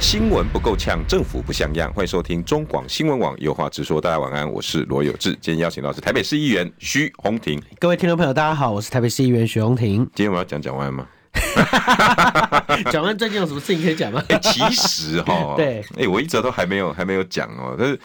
新闻不够呛，政府不像样。欢迎收听中广新闻网，有话直说。大家晚安，我是罗有志。今天邀请到是台北市议员徐宏庭。各位听众朋友，大家好，我是台北市议员许 。宏庭今天我要讲蒋万安吗？蒋万最近有什么事情可 以讲吗？，哎、其实哈 对哎、我一直都还没有还没有讲哦，但是，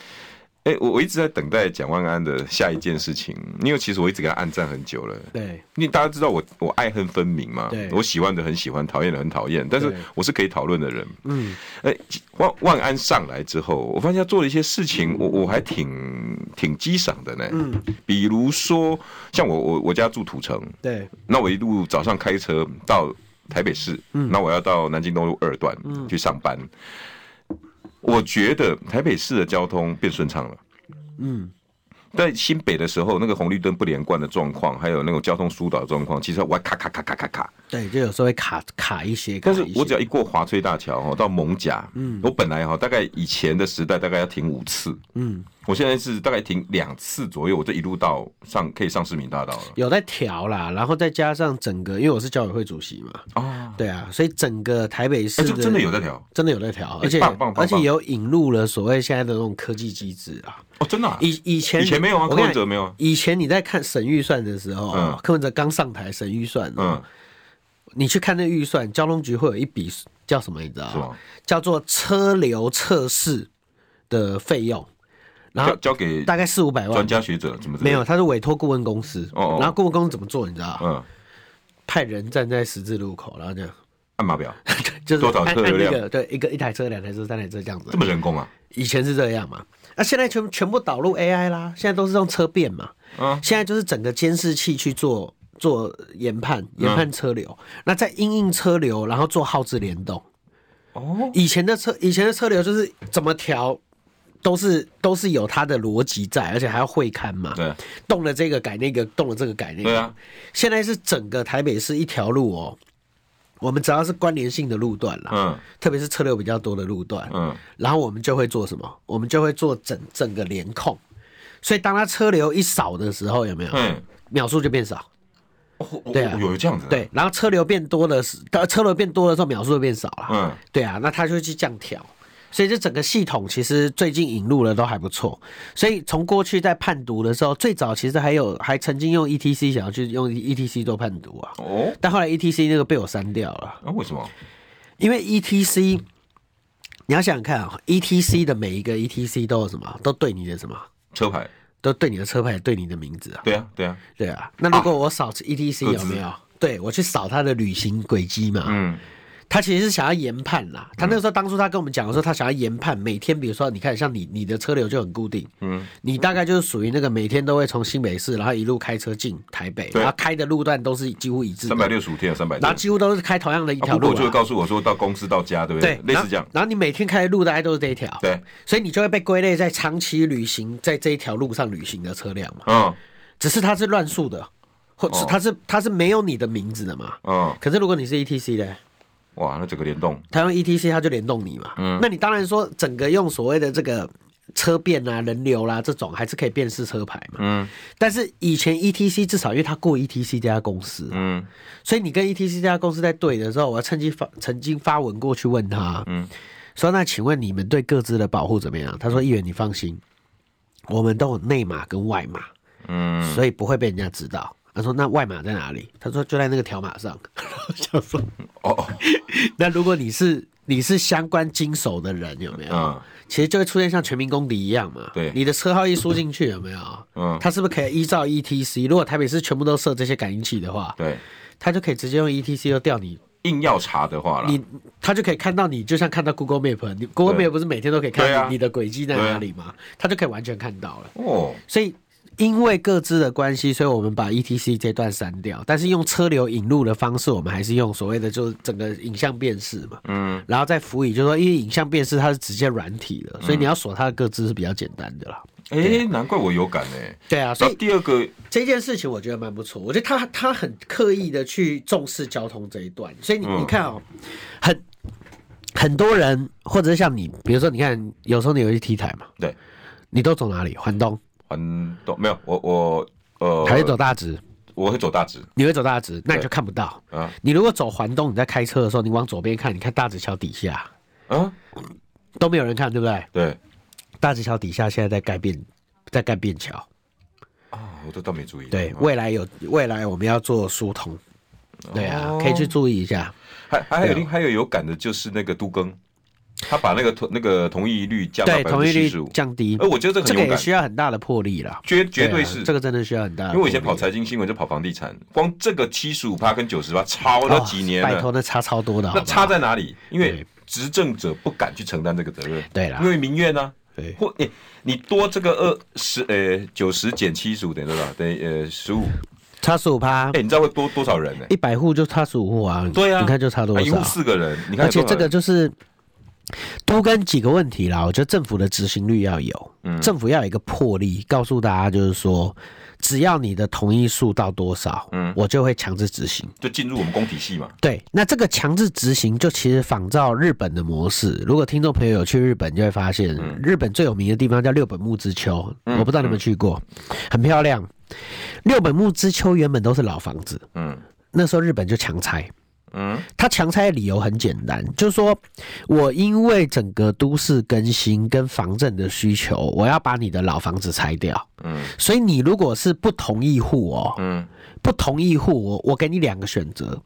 哎、我我一直在等待蒋万安的下一件事情，因为其实我一直给他暗赞很久了。对，因为大家知道我我爱恨分明嘛对，我喜欢的很喜欢，讨厌的很讨厌，但是对我是可以讨论的人。嗯，哎、万万安上来之后，我发现他做了一些事情，我我还挺挺激赏的呢。嗯，比如说像我我我家住土城，对，那我一路早上开车到台北市，那我要到南京东路二段去上班。我觉得台北市的交通变顺畅了。嗯，在新北的时候，那个红绿灯不连贯的状况，还有那种交通疏导的状况，其实我还咔咔咔咔咔咔。对，就有时候会卡卡一些，但是我只要讲一过华翠大桥哈，到蒙甲，我本来哈大概以前的时代大概要停五次，嗯，我现在是大概停两次左右，我就一路到上可以上市民大道了。有在调啦，然后再加上整个，因为我是教委会主席嘛，哦，对啊，所以整个台北市哎，的、这真的有在调真的有在调，而且棒棒棒而且有引入了所谓现在的那种科技机制啊。哦，真的啊以以前以前没有啊我跟你柯文哲没有啊以前你在看省预算的时候，嗯柯文哲刚上台审预算，哦嗯，你去看那预算，交通局会有一笔叫什么，你知道是吗吗？叫做车流测试的费用，然交后交给大概四五百专万。家学者怎么之类没的有，，他是委托顾问公司，哦哦然后顾问公司怎么做，你知道吗？嗯，派人站在十字路口，然后这样， 按码表就是多少按车流按那量个对，一个一台车、两台车、三台车这样子这。么人工啊？以前是这样嘛，那、现在全全部导入 AI 啦，现在都是用车变嘛，嗯现在就是整个监视器去做做研判，嗯研判车流，那再因应车流，然后做耗资联动。哦，以前的车，以前的车流就是怎么调，都是都是有它的逻辑在，而且还要会看嘛。对动了这个改那个，动了这个改那个。对啊，现在是整个台北市一条路哦，我们只要是关联性的路段啦，嗯特别是车流比较多的路段，嗯，然后我们就会做什么？我们就会做整整个联控。所以当它车流一少的时候，有没有嗯，秒数就变少？哦对啊哦有有这样子，，对，然后车流变多的时，当车流变多的时候，秒数就变少了。嗯，对啊，那他就会去降调。所以这整个系统其实最近引入了都还不错。所以从过去在判读的时候，最早其实还有还曾经用 ETC 想要去用 ETC 做判读啊，哦，但后来 ETC 那个被我删掉了，那为什么？因为 ETC 你要想想看啊，ETC 的每一个 ETC 都有什么，都对你的什么，车牌，都对你的车牌，对你的名字啊。对啊对啊，对啊，那如果我扫 ETC 各有自没有？对我去扫它的旅行轨迹嘛，嗯，他其实是想要研判啦。他那个时候当初他跟我们讲的时候，他想要研判每天，比如说你看像你你的车流就很固定，嗯，你大概就是属于那个每天都会从新北市，然后一路开车进台北，对然后开的路段都是几乎一致的三，百六十五天，三百然后天。几乎都是开同样的一条啊不过路就会啦。告诉我说到公司到家，对不对，类然似后这样，然后你每天开的路大概都是这一条，对，所以你就会被归类在长期旅行在这一条路上旅行的车辆嘛。嗯只是它是乱数的，或哦是它是它是没有你的名字的嘛。嗯，可是如果你是 E ETC 的，哇，那整个联动，它用 ETC E 它就联动你嘛。嗯那你当然说整个用所谓的这个车变啊、人流啦、这种，还是可以辨识车牌嘛。嗯但是以前 ETC 至少因为它过 ETC 这家公司，嗯所以你跟 ETC 这家公司在对的时候，我曾经发曾经发文过去问他，嗯说那请问你们对各自的保护怎么样？他说议员你放心，我们都有内码跟外码。嗯，所以不会被人家知道。他说：“那外码在哪里？”他说：“就在那个条码上。” 然后想说哦哦，：“那如果你是你是相关经手的人，有没有？嗯其实就会出现像全民公敌一样嘛。对你的车号一输进去，有没有？嗯，他是不是可以依照 ETC？如果台北市全部都设这些感应器的话，对，他就可以直接用 ETC 就调你，硬要查的话啦，你他就可以看到你，就像看到 Google Map，你 Google 啊对 Map 不是每天都可以看对啊到你的轨迹在对啊哪里吗？他就可以完全看到了。”哦，所以因为各自的关系，所以我们把 ETC 这段删掉，但是用车流引入的方式，我们还是用所谓的就是整个影像辨识嘛，嗯，然后再辅以，就是说因为影像辨识它是直接软体的，所以你要锁它的各自是比较简单的啦。哎、难怪我有感哎、对啊，所那以第二个，这件事情我觉得蛮不错，我觉得他他很刻意的去重视交通这一段，所以你、嗯你看哦，很很多人或者是像你，比如说你看，有时候你有一些 T 台嘛，对，你都走哪里？环东，环东没有我我呃，还是走大直？我会走大直你会走大直，那你就看不到。啊你如果走环东，你在开车的时候，你往左边看，你看大直桥底下啊，都没有人看，对不对？对大直桥底下现在在盖便，在盖便桥。啊，我都倒没注意。对，嗯未来有未来我们要做疏通，对哦啊，可以去注意一下。还还有另还有有感的就是那个都更，他把那个同那个同意率降到对，百分同之意七率十五，降低哎，，我觉得这个这很个有也感，需要很大的魄力啦。绝绝对啊是这个真的需要很大的魄力，因为我以前跑财经新闻就跑房地产，光这个七十五趴跟九十趴超了哦几年拜了，托那差超多的，好那不差好？在哪里？因为对执政者不敢去承担这个责任，对啦因，为民怨呢、对或你你多这个二十呃九十减七十五等于多少？等于呃十五，差十五趴哎、，你知道会多多少人呢、一百户就差十五户啊，对啊，你看就差多啊一户少？四个人，你看而有且多少这人个就是都跟几个问题啦，我觉得政府的执行率要有，嗯政府要有一个魄力，告诉大家就是说，只要你的同意数到多少，嗯我就会强制执行。就进入我们工体系嘛，对，那这个强制执行就其实仿照日本的模式。如果听众朋友有去日本，就会发现、嗯日本最有名的地方叫六本木之丘，我不知道你们去过，很漂亮。六本木之丘原本都是老房子，嗯那时候日本就强拆，嗯他强拆的理由很简单，就是说我因为整个都市更新跟防震的需求，我要把你的老房子拆掉。嗯所以你如果是不同意户哦，嗯不同意户我我给你两个选择，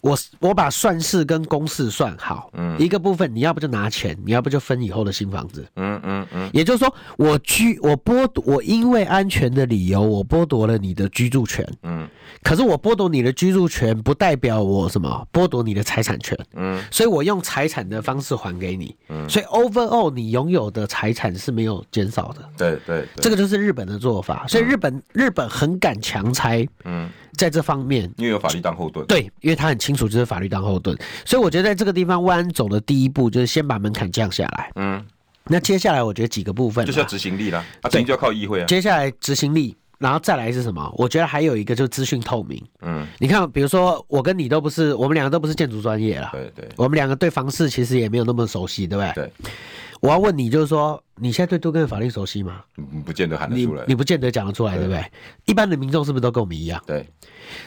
我我把算式跟公式算好，嗯一个部分你要不就拿钱，你要不就分以后的新房子。嗯嗯嗯，也就是说，我居我剥夺我因为安全的理由，我剥夺了你的居住权。嗯，可是我剥夺你的居住权，不代表我什么剥夺你的财产权。嗯，所以我用财产的方式还给你。嗯，所以 overall 你拥有的财产是没有减少的。对对对，这个就是日本的做法，所以日本、日本很敢强拆，嗯，在这方面因为有法律当后盾，对，因为他很清楚这是法律当后盾，所以我觉得在这个地方，万安走的第一步就是先把门槛降下来。嗯，那接下来我觉得几个部分啊，就是要执行力啦，啊，执行就要靠议会啊，接下来执行力，然后再来是什么？我觉得还有一个就是资讯透明。嗯，你看，比如说我跟你都不是，我们两个都不是建筑专业啦，对对我们两个对房市其实也没有那么熟悉，对不对？对，我要问你，就是说你现在对都更的法令熟悉吗？嗯不见得喊得你出来你，不见得讲得出来，对不对？一般的民众是不是都跟我们一样？对，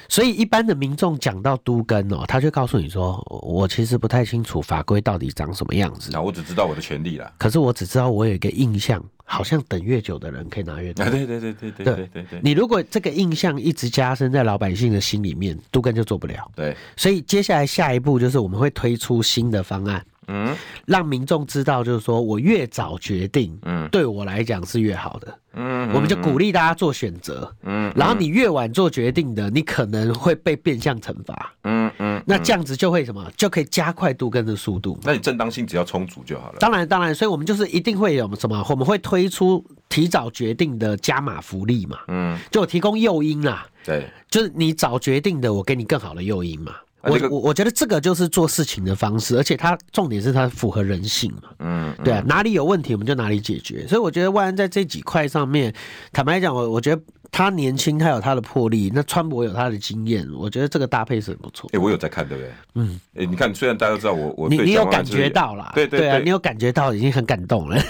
所以一般的民众讲到都根哦，他就告诉你说，我我其实不太清楚法规到底长什么样子，哦那我只知道我的权利啦，可是我只知道我有一个印象，好像等越久的人可以拿越多啊，。对对对对对对对对你如果这个印象一直加深在老百姓的心里面，都根就做不了。对，所以接下来下一步就是我们会推出新的方案，嗯让民众知道，就是说我越早决定，嗯对我来讲是越好的。嗯，我们就鼓励大家做选择，嗯然后你越晚做决定的，你可能会被变相惩罚。嗯嗯，那这样子就会什么？就可以加快杜根的速度。那你正当性只要充足就好了，当然，当然，所以我们就是一定会有什么？我们会推出提早决定的加码福利嘛，嗯，就提供诱因啦，对，就是你早决定的，我给你更好的诱因嘛。啊我这个我我觉得这个就是做事情的方式，而且它重点是它符合人性嘛，嗯对啊，哪里有问题我们就哪里解决。所以我觉得万安在这几块上面，坦白讲，我我觉得他年轻，他有他的魄力，那川博有他的经验，我觉得这个搭配是很不错。哎、我有在看，对不对？嗯，哎、你看，虽然大家都知道我，我你对你有蒋万安感是不是觉到啦，对对啊，你有感觉到已经很感动了。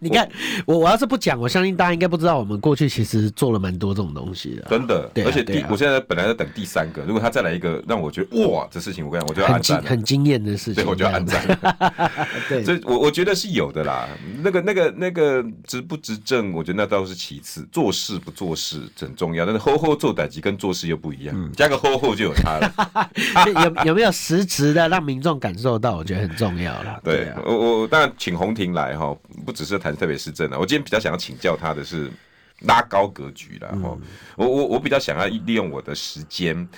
你看，我我要是不讲，我相信大家应该不知道，我们过去其实做了蛮多这种东西的，真的，对啊而且对第、啊我现在本来在等第三个，如果他再来一个让我觉得哇，这事情我跟你讲，我就要很按惊赞了，很惊艳的事对，情。我就要按赞了。对所以我我觉得是有的啦，那个那个那个执不执政，我觉得那倒是其次，做事不做事很重要，但是吼吼做歹机跟做事又不一样，嗯加个吼吼就有差了。这有有没有实质的让民众感受到？我觉得很重要了。对啊，我我我当然请洪庭来哈，不只是谈特别市政啊，我今天比较想要请教他的是拉高格局啦嗯哈、我我我比较想要利用我的时间，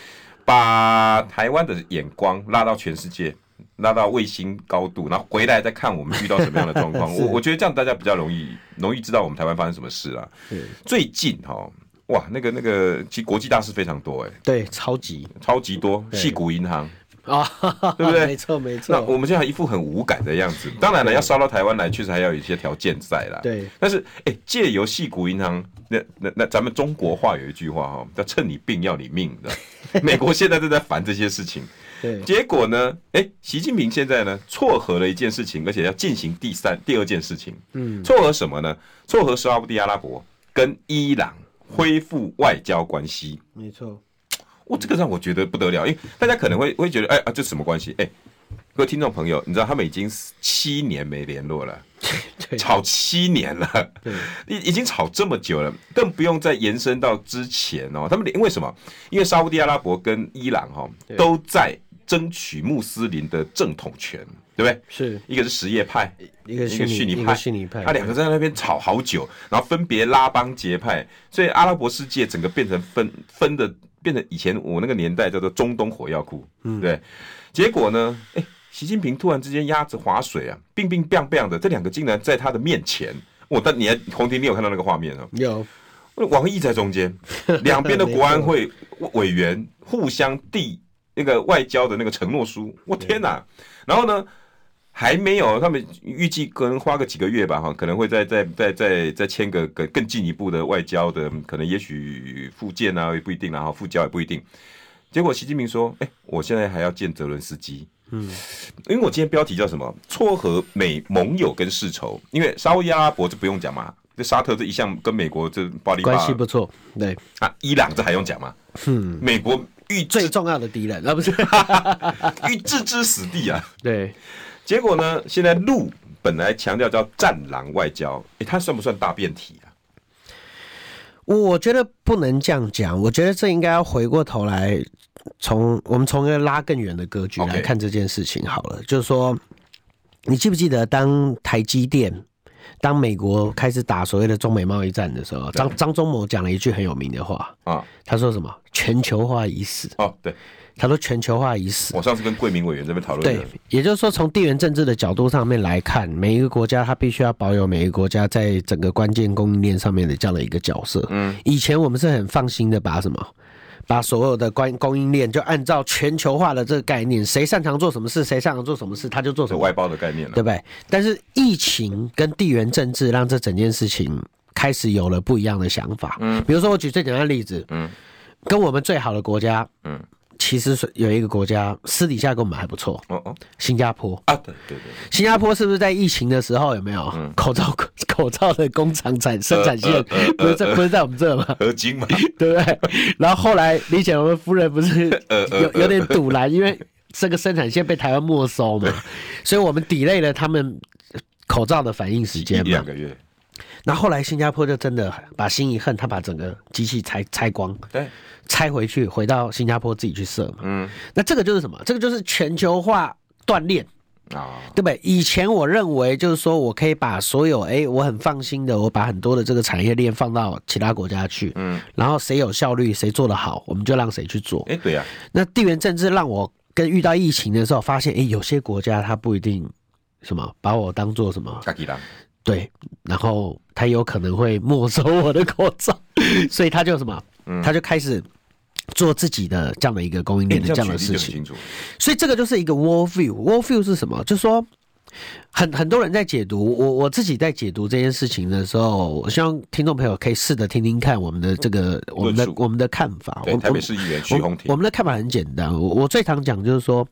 把台湾的眼光拉到全世界。拉到卫星高度，然后回来再看我们遇到什么样的状 况。我我觉得这样大家比较容易容易知道我们台湾发生什么事啦。嗯最近哈、哇，那个那个，其实国际大事非常多哎、对，超级超级多，对系股银行，啊，对不对 没错没那我错，们现在一副很无感的样子。当然了，要烧到台湾来，确实还要有一些条件在啦。对但是哎、借由戏骨银行，那那那咱们中国话有一句话哈，叫趁你病要你命 的。美国现在正在烦这些事情，对结果呢，哎、习近平现在呢撮合了一件事情，而且要进行第三、第二件事情。嗯，撮合什么呢？撮合沙烏地阿拉伯跟伊朗恢复外交关系。没错，哇，哦这个让我觉得不得了，因为大家可能会会觉得，哎啊，这什么关系？哎，各位听众朋友，你知道他们已经七年没联络了，对吵七年了， 对已已经吵这么久了，更不用再延伸到之前哦。他们连为什么？因为沙烏地阿拉伯跟伊朗哈、哦、对都在争取穆斯林的正统权，对不对？是一个是什叶派，一个一个逊尼尼一派个逊尼派，他两个在那边吵好久，然后分别拉帮结派，所以阿拉伯世界整个变成分分的，变成以前我那个年代叫做中东火药库，嗯，对。结果呢，哎、习近平突然之间鸭子划水啊，病病病病的，这两个竟然在他的面前。我，但你还红婷，你有看到那个画面啊？有王毅在中间，两边的国安会委员互相递那个外交的那个承诺书，我天哪！然后呢，还没有，他们预计可能花个几个月吧，哈，可能会再再再再再签个更更进一步的外交的，可能也许复建啊也不一定啦，哈，复交也不一定。结果习近平说：“哎、我现在还要见泽伦斯基。”嗯因为我今天标题叫什么？撮合美盟友跟世仇，因为沙烏地阿拉伯这不用讲嘛，这沙特这一向跟美国这巴黎关系不错，对，啊，伊朗这还用讲吗？嗯，美国欲最置重要的敌人啊，不是，欲置之死地啊！对，结果呢，现在陆本来强调叫战狼外交，诶、它算不算大变体啊？我觉得不能这样讲，我觉得这应该要回过头来，从我们从一个拉更远的格局 OK 来看这件事情好了。就是说，你记不记得当台积电、当美国开始打所谓的中美贸易战的时候，张张忠谋讲了一句很有名的话，啊，他说什么？全球化已死。哦，对，他说全球化已死。我上次跟桂明委员这边讨论对的，，也就是说，从地缘政治的角度上面来看，每一个国家它必须要保有每一个国家在整个关键供应链上面的这样的一个角色。嗯，以前我们是很放心的把什么。把所有的关供应链就按照全球化的这个概念，谁擅长做什么事，谁擅长做什么事，他就做什这么外包的概念了、啊对不对？但是疫情跟地缘政治让这整件事情开始有了不一样的想法。嗯，比如说我举最简单的例子，嗯，跟我们最好的国家，嗯，其实是有一个国家私底下跟我们还不错，哦哦新加坡。啊，对对对，新加坡是不是在疫情的时候有没有、嗯口罩口罩的工厂产生产呃线、不是在、不是在我们这吗？ 合金嘛，对不对？然后后来李显龙夫人不是 呃呃有有点堵拦，因为这个生产线被台湾没 收嘛，所以我们 delay 了他们口罩的反应时一间两嘛。个月，那后来新加坡就真的把心一横，他把整个机器拆拆光，对，拆回去回到新加坡自己去设嘛。嗯，那这个就是什么？这个就是全球化锻炼。啊，对不对？以前我认为就是说我可以把所有哎，我很放心的，我把很多的这个产业链放到其他国家去，嗯，然后谁有效率，谁做得好，我们就让谁去做。哎、对呀、啊，那地缘政治让我跟遇到疫情的时候，发现哎，有些国家它不一定什么把我当做什么卡基郎，对，然后它有可能会没收我的口罩， 所以它就什么，嗯它就开始做自己的这样的一个供应哎你链的这这样样举的例就事很清情。楚，所以这个就是一个 world view。world view 是什么？就是说，很很多人在解读，我我自己在解读这件事情的时候，我希望听众朋友可以试着听听看我们的这个我嗯们论的述我们的看法。我对，们台北市议员我徐宏们庭我，们的看法很简单，我我最常讲就是说，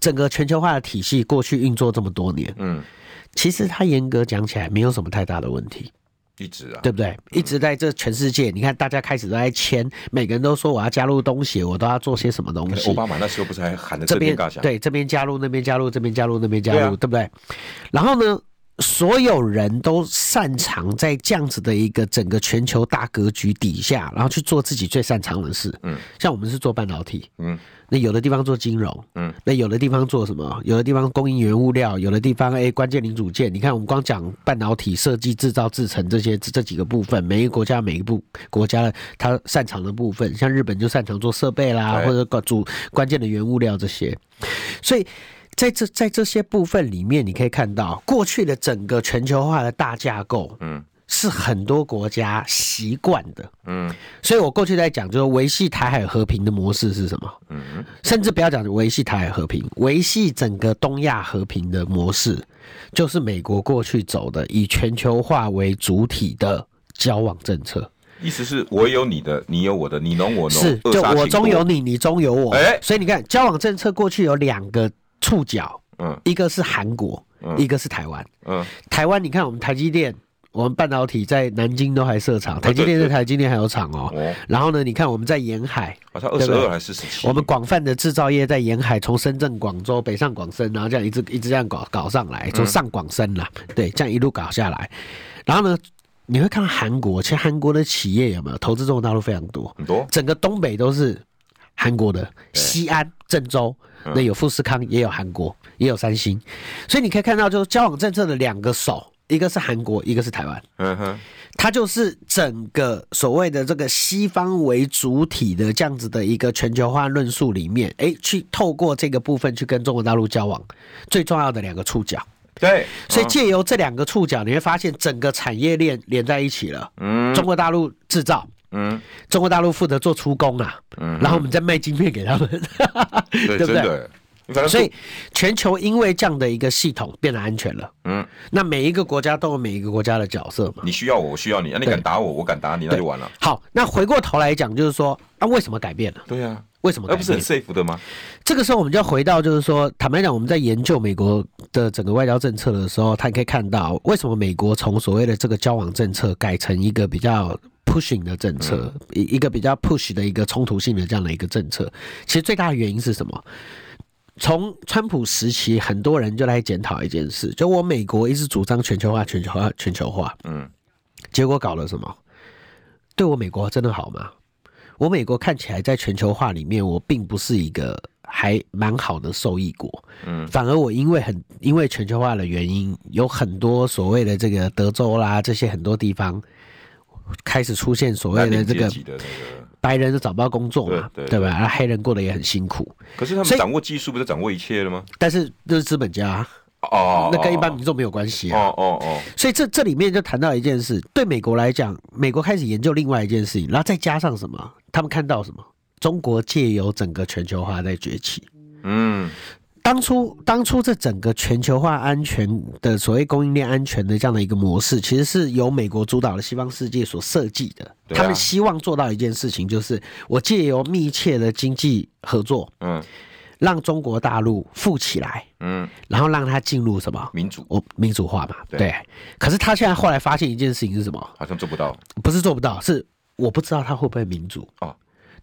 整个全球化的体系过去运作这么多年，嗯，其实它严格讲起来没有什么太大的问题。一直啊，对不对？一直在这全世界，你看大家开始都在签，每个人都说我要加入东协，我都要做些什么东西奥。巴马那时候不是还喊的这震边天尬响，对这边加入，那边加入，这边加入，那边加入，对啊对不对？然后呢，所有人都擅长在这样子的一个整个全球大格局底下，然后去做自己最擅长的事。嗯，像我们是做半导体，嗯，那有的地方做金融，嗯，那有的地方做什么？有的地方供应原物料，有的地方哎关键零组件。你看，我们光讲半导体设计、制造、制成这些这这几个部分，每一个国家每一部国家的它擅长的部分，像日本就擅长做设备啦，对或者关主关键的原物料这些。所以在这在这些部分里面，你可以看到过去的整个全球化的大架构，嗯，是很多国家习惯的。嗯所以我过去在讲，就是维系台海和平的模式是什么？嗯甚至不要讲维系台海和平，维系整个东亚和平的模式，就是美国过去走的以全球化为主体的交往政策。意思是我有你的，你有我的，你侬我侬，是，哦扼就杀我性中多有，你，你中有我。哎所以你看，交往政策过去有两个触角，嗯一个是韩国，一个是台湾。嗯，台湾，你看我们台积电，我们半导体在南京都还设厂，台积电在台积电还有厂哦。哦，然后呢，你看我们在沿海，好像二对十不对二还是十七，我们广泛的制造业在沿海，从深圳、广州北上广深，然后这样一直一直这样搞搞上来，嗯从上广深啦，对，这样一路搞下来。然后呢，你会看到韩国，其实韩国的企业有没有投资中国大陆非常多，很多，整个东北都是韩国的，对西安、郑州，嗯那有富士康，也有韩国，也有三星，所以你可以看到，就是交往政策的两个手，一个是韩国，一个是台湾。嗯哼，它就是整个所谓的这个西方为主体的这样子的一个全球化论述里面，哎，去透过这个部分去跟中国大陆交往，最重要的两个触角。对，所以嗯借由这两个触角，你会发现整个产业链连在一起了。嗯中国大陆制造，嗯中国大陆负责做出工啊，嗯然后我们再卖晶片给他们，对，对不真对？的，你 反正所以全球因为这样的一个系统变得安全了。嗯，那每一个国家都有每一个国家的角色嘛。你需要我，我需要你，那、你敢打我，我敢打你，那就完了。好，那回过头来讲，就是说，啊，为什么改变了？对呀、为什么那改不是变很？safe 的吗？这个时候我们就要回到，就是说，坦白讲，我们在研究美国的整个外交政策的时候，他可以看到为什么美国从所谓的这个交往政策改成一个比较 pushing 的政策，嗯一、一个比较 push 的一个冲突性的这样的一个政策。其实最大的原因是什么？从川普时期，很多人就来检讨一件事，就我美国一直主张全球化、全球化、全球化，嗯，结果搞了什么？对我美国真的好吗？我美国看起来在全球化里面，我并不是一个还蛮好的受益国。嗯，反而我因为很因为全球化的原因，有很多所谓的这个德州啦，这些很多地方开始出现所谓蓝的领这阶个级的那白人都找不到工作嘛，对对吧？那黑人过得也很辛苦，个，可是他所们以掌握技术，不是掌握一切了吗？但是那是资本家啊、哦，那跟一般民众没有关系啊。哦哦哦，所以这这里面就谈到一件事，对美国来讲，美国开始研究另外一件事情，然后再加上什么？他们看到什么？中国借由整个全球化在崛起。嗯当初当初这整个全球化安全的所谓供应链安全的这样的一个模式，其实是由美国主导的西方世界所设计的。对啊他们希望做到一件事情，就是我借由密切的经济合作，嗯让中国大陆富起来，嗯，然后让它进入什么？民主我民主化嘛，对对。可是他现在后来发现一件事情是什么？好像做不到不是做不到，是我不知道他会不会民主哦，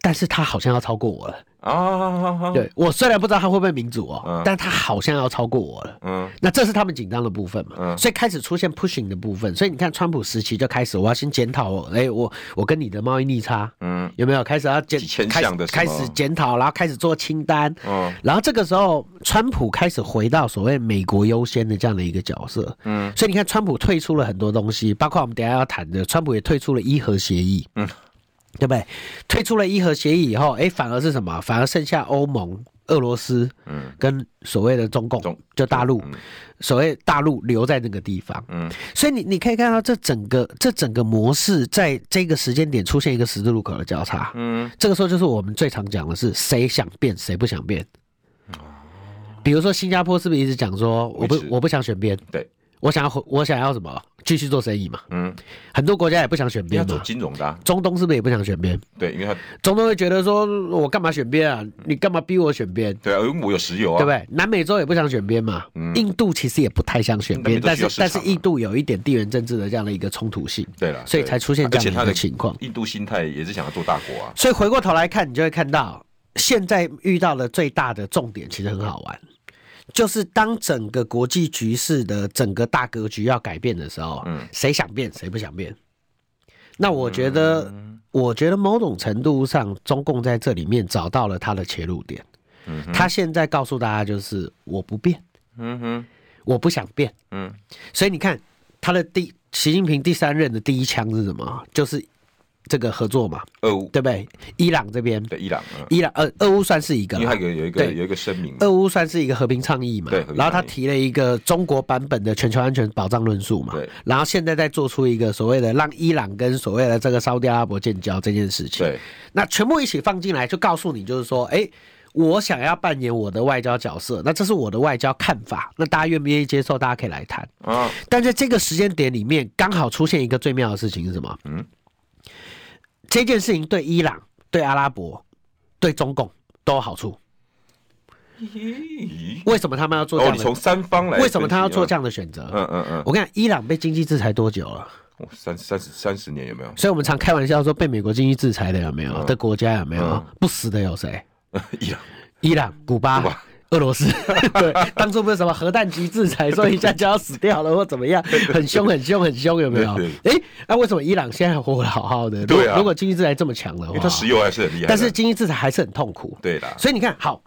但是他好像要超过我了。啊，，对我虽然不知道他会不会民主哦，嗯但他好像要超过我了。嗯那这是他们紧张的部分嘛，嗯所以开始出现 pushing 的部分，所以你看川普时期就开始，我要先检讨我，哎、我我跟你的贸易逆差嗯有没有开始要检几千开始项的什开么始检讨，然后开始做清单，嗯然后这个时候，川普开始回到所谓美国优先的这样的一个角色，嗯，所以你看，川普退出了很多东西，包括我们等一下要谈的，川普也退出了伊核协议，嗯，对不对？退出了伊核协议以后，哎，反而是什么？反而剩下欧盟、俄罗斯嗯跟所谓的中共，中就大陆，嗯所谓大陆留在那个地方，嗯所以你你可以看到这整个这整个模式在这个时间点出现一个十字路口的交叉，嗯这个时候就是我们最常讲的是谁想变谁不想变。比如说新加坡是不是一直讲说我不维持我不想选边，对，我想要回我想要什么继续做生意嘛？嗯，很多国家也不想选要边走嘛。金融的、啊，中东是不是也不想选边？对，因为他中东会觉得说我干嘛选边啊？你干嘛逼我选边？对啊，因为我有石油啊，对不对？南美洲也不想选边嘛，印度其实也不太想选边，嗯那边都但需要是市场但啊是印度有一点地缘政治的这样的一个冲突性，对了，所以对才出现这而且样的他一的个情况。印度心态也是想要做大国啊，所以回过头来看，你就会看到现在遇到的最大的重点其实很好玩，就是当整个国际局势的整个大格局要改变的时候，嗯谁想变谁不想变。那我觉得，嗯我觉得某种程度上，中共在这里面找到了他的切入点。嗯哼他现在告诉大家就是我不变，嗯哼，我不想变。嗯所以你看他的第习近平第三任的第一枪是什么？就是这个合作嘛，俄乌对不对？伊朗这边，对伊朗，嗯伊朗呃，俄乌算是一个因啦，为它有有一个对有一个声明，俄乌算是一个和平倡议嘛，对和平倡议然后他提了一个中国版本的全球安全保障论述嘛对，然后现在再做出一个所谓的让伊朗跟所谓的这个沙特阿拉伯建交这件事情，对，那全部一起放进来，就告诉你就是说，哎。我想要扮演我的外交角色，那这是我的外交看法，那大家愿不愿意接受？大家可以来谈。啊，但在这个时间点里面，刚好出现一个最妙的事情是什么？嗯，这件事情对伊朗、对阿拉伯、对中共都有好处。咦为什么他们要做这哦，样你的？从三方来分析，为什么他要做这样？样的选择？嗯嗯嗯，我跟你讲，伊朗被经济制裁多久了？哦三三十三十年有没 有？所以我们常开玩笑说，被美国经济制裁的有没有？的国家有没有嗯？不死的有谁？伊朗伊朗、古巴古巴、俄罗斯，对，当初不是什么核弹级制裁，说一下就要死掉了或怎么样，很凶、很凶、很凶，有没有对？哎，那为什么伊朗现在还活得好好的？如对啊如果经济制裁这么强的因为它话，石油还是很厉害的，但是经济制裁还是很痛苦。对啦，所以你看，好，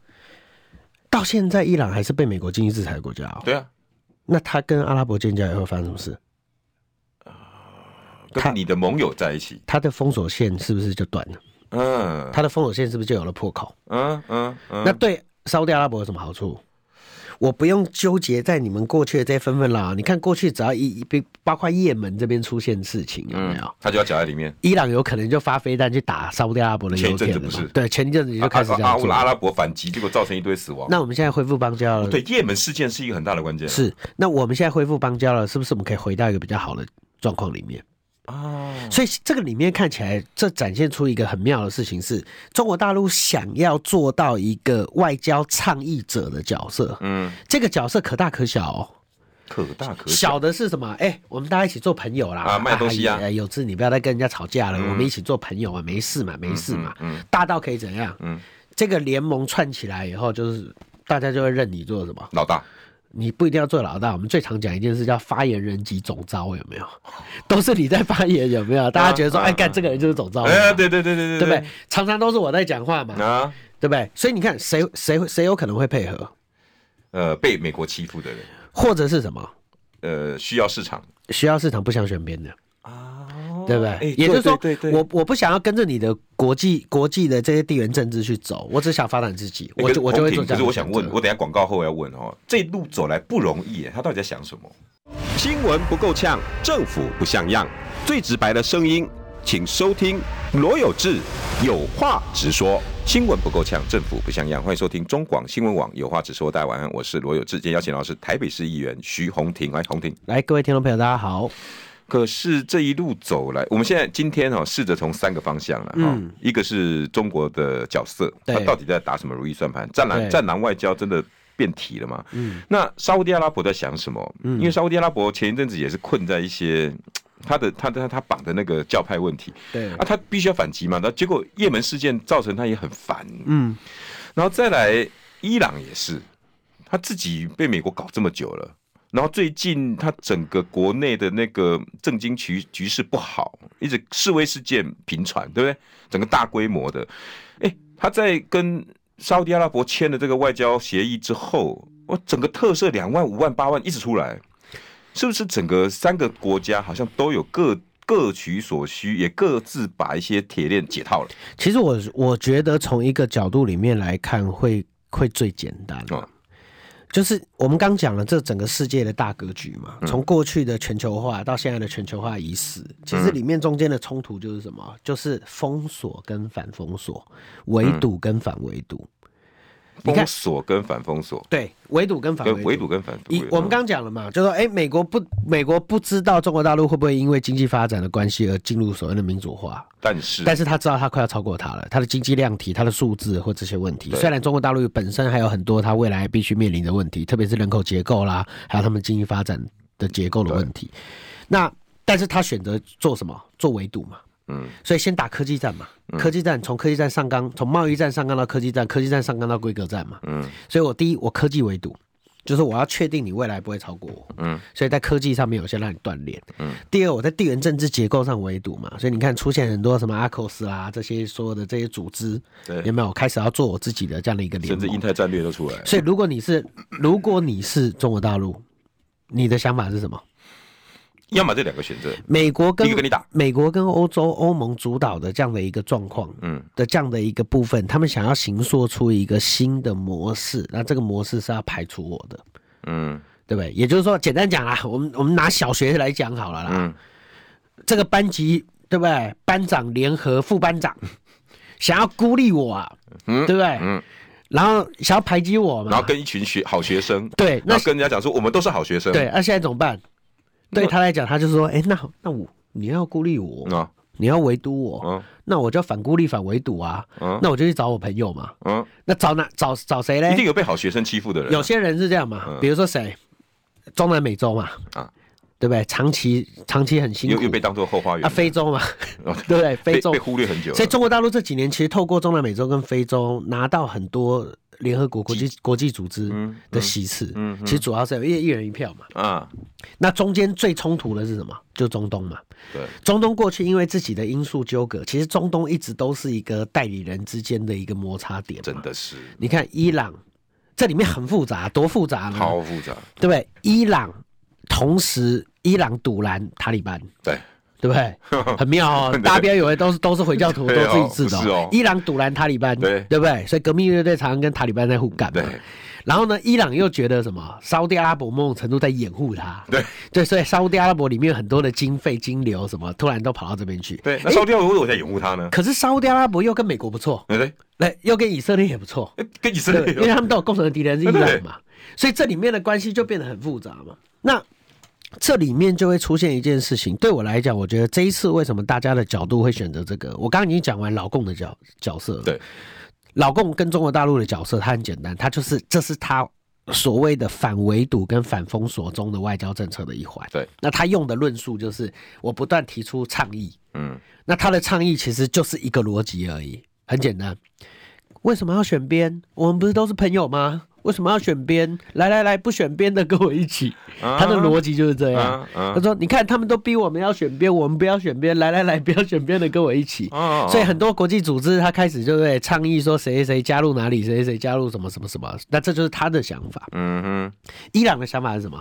到现在伊朗还是被美国经济制裁的国家哦。对啊，那他跟阿拉伯建交以后发生什么事？他跟你的盟友在一起，他的封锁线是不是就断了？嗯他的封锁线是不是就有了破口？嗯嗯那嗯，对沙特阿拉伯有什么好处？我不用纠结在你们过去的这些纷纷扰扰。你看过去只要一一被包括也门这边出现事情，有没有？嗯，他就要夹在里面。伊朗有可能就发飞弹去打沙特阿拉伯的油前一田阵了子嘛不是对，前一阵子就开始啊这阿样阿做。阿拉伯反击，结果造成一堆死亡。那我们现在恢复邦交了，对，也门事件是一个很大的关键。是。那我们现在恢复邦交了，是不是我们可以回到一个比较好的状况里面？啊，所以这个里面看起来，这展现出一个很妙的事情是，中国大陆想要做到一个外交倡议者的角色，嗯，这个角色可大可小、哦。可大可小。小的是什么？哎、我们大家一起做朋友啦，啊卖东西啊嗯哎有志，你不要再跟人家吵架了，我们一起做朋友嘛，没事嘛，没事嘛。大到可以怎样？嗯这个联盟串起来以后，就是大家就会认你做什么。老大，你不一定要做老大。我们最常讲一件事叫发言人及总招，有没 有？都是你在发言，有没有？大家觉得说，啊哎，干这个人就是总招，哎，对对对对对不对对？常常都是我在讲话嘛，啊，对不对？所以你看，谁谁谁有可能会配合，呃，被美国欺负的人，或者是什么？呃，需要市场需要市场不想选边的。啊，对不对？也就是说，对对，我我不想要跟着你的国际国际的这些地缘政治去走，我只想发展自己，我就我就会做这哎可样的选择。是我想问，我等一下广告后要问哦，这一路走来不容易耶，他到底在想什么？新闻不够呛，政府不像样，最直白的声音，请收听罗有志有话直说。新闻不够呛，政府不像样。欢迎收听中广新闻网，有话直说。大家晚安，我是罗有志。今天邀请到的是台北市议员徐宏庭，来，宏庭。来，各位听众朋友，大家好。可是这一路走来，我们现在今天哈、哦，试着从三个方向了哈、嗯一个是中国的角色，对他到底在打什么如意算盘？战对狼战狼外交真的变题了吗？嗯，那沙烏地阿拉伯在想什么？嗯因为沙烏地阿拉伯前一阵子也是困在一些。他的他的他绑的那个教派问题对啊，他必须要反击嘛。然后结果也门事件造成他也很烦，嗯，然后再来伊朗也是，他自己被美国搞这么久了，然后最近他整个国内的那个政经局局势不好，一直示威事件频传，对不对？整个大规模的，哎，他在跟沙烏地阿拉伯签了这个外交协议之后，我整个特赦两万、五万、八万一直出来，是不是整个三个国家好像都有各各取所需，也各自把一些铁链解套了？其实我我觉得从一个角度里面来看会，会最简单、哦就是我们刚讲了这整个世界的大格局嗯嘛，从过去的全球化到现在的全球化已死，其嗯实里面中间的冲突就是什么？就是封锁跟反封锁，围堵嗯跟反围堵。你看封锁跟反封锁，对，围堵跟反跟围呃围堵堵。跟反嗯围以堵。我们刚讲了嘛，就说哎、诶美国不，美国不知道中国大陆会不会因为经济发展的关系而进入所谓的民主化，但是但是他知道他快要超过他了，他的经济量体、他的数字或这些问题。对虽然中国大陆本身还有很多他未来必须面临的问题，特别是人口结构啦，还有他们经济发展的结构的问题。那但是他选择做什么？做围堵嘛。嗯，所以先打科技战嘛，科技战从科技战上纲，从贸易战上纲到科技战，科技战上纲到规格战嘛。嗯，所以我第一，我科技围堵，就是我要确定你未来不会超过我。嗯，所以在科技上面，我先让你锻炼。嗯，第二，我在地缘政治结构上围堵嘛，所以你看出现很多什么阿克斯啦这些所有的这些组织，对有没有我开始要做我自己的这样的一个联甚至印盟？太战略都出来了。所以如果你是如果你是中国大陆，你的想法是什么？要么这两个选择，美国跟第一个跟你打美国跟欧洲、欧盟主导的这样的一个状况，嗯嗯，的这样的一个部分，他们想要形塑出一个新的模式，那这个模式是要排除我的，嗯对不对？也就是说，简单讲啦，啊我们我们拿小学来讲好了啦，嗯这个班级对不对？班长联合副 班长想要孤立我啊，嗯对不对？嗯，然后想要排挤我嘛，然后跟一群学好学生，对，那然后跟人家讲说我们都是好学生，对，那、现在怎么办？对那他来讲，他就说，哎、那那我你要孤立我，嗯啊你要围堵我，嗯那我就反孤立反围堵啊，嗯那我就去找我朋友嘛。嗯，那找哪找找谁一定嘞？有被好学生欺负的人，哎有些人是这样嘛，比如说谁，中南美洲嘛，嗯啊对不对？长期长期很辛又苦，又被当做后花园啊，非洲嘛，哦 对不被对？非洲被，忽略很久了，所以中国大陆这几年其实透过中南美洲跟非洲拿到很多联合国国际国际组嗯织的席次，其实主要是有一一人一票嘛。啊，那中间最冲突的是什么？就中东嘛。对，中东过去因为自己的因素纠葛，其实中东一直都是一个代理人之间的一个摩擦点。真，的是你看伊朗，这里面很复杂，多复杂呢？超复杂，对不对？伊朗同时，伊朗堵拦塔利班，对，对不 对？很妙哦，大家不要以为都是都是回教徒，都对哦自己治的、不是哦伊朗堵拦塔利班，对对不对？所以革命乐队常常跟塔利班在互干嘛。对然后呢，伊朗又觉得什么？沙特阿拉伯某种程度在掩护他。 对对，所以沙特阿拉伯里面很多的经费、金流什么，突然都跑到这边去。对，那烧掉我我在掩护他呢，可是沙特阿拉伯又跟美国不错，对对，来又跟以色列也不错，哎跟以色对，列因为有他们都有共同的敌人是伊对朗嘛，所以这里面的关系就变得很复杂嘛。那这里面就会出现一件事情，对我来讲，我觉得这一次为什么大家的角度会选择这个？我刚刚已经讲完老共的角角色了，对，老共跟中国大陆的角色，他很简单，他就是这是他所谓的反围堵跟反封锁中的外交政策的一环。对，那他用的论述就是我不断提出倡议，嗯那他的倡议其实就是一个逻辑而已，很简单。为什么要选边？我们不是都是朋友吗？为什么要选边？来来来，不选边的跟我一起。啊他的嗯逻辑就是这样啊。啊他说：“你看，他们都逼我们要选边，我们不要选边。来来来， 不要选边的跟我一起。”哦所以很多国际组织他开始就会倡议说谁谁谁加入哪里，谁谁谁加入什么什么什么。那这就是他的想法。嗯伊朗的想法是什么？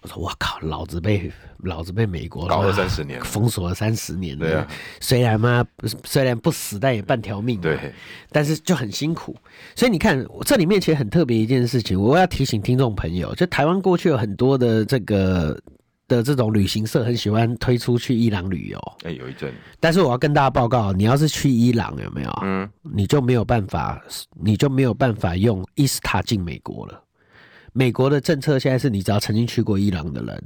我说我靠，老子被老子被美国搞了妈30年封锁了三十年了。对啊虽然嘛，不是虽然不死，但也半条命。哼，对，，但是就很辛苦。所以你看，这里面其实很特别一件事情，我要提醒听众朋友，就台湾过去有很多的这个的这种旅行社很喜欢推出去伊朗旅游，哎有一阵，但是我要跟大家报告，你要是去伊朗有没有，嗯你就没有办法，你就没有办法用 E 伊斯塔进美国了。美国的政策现在是你只要曾经去过伊朗的人，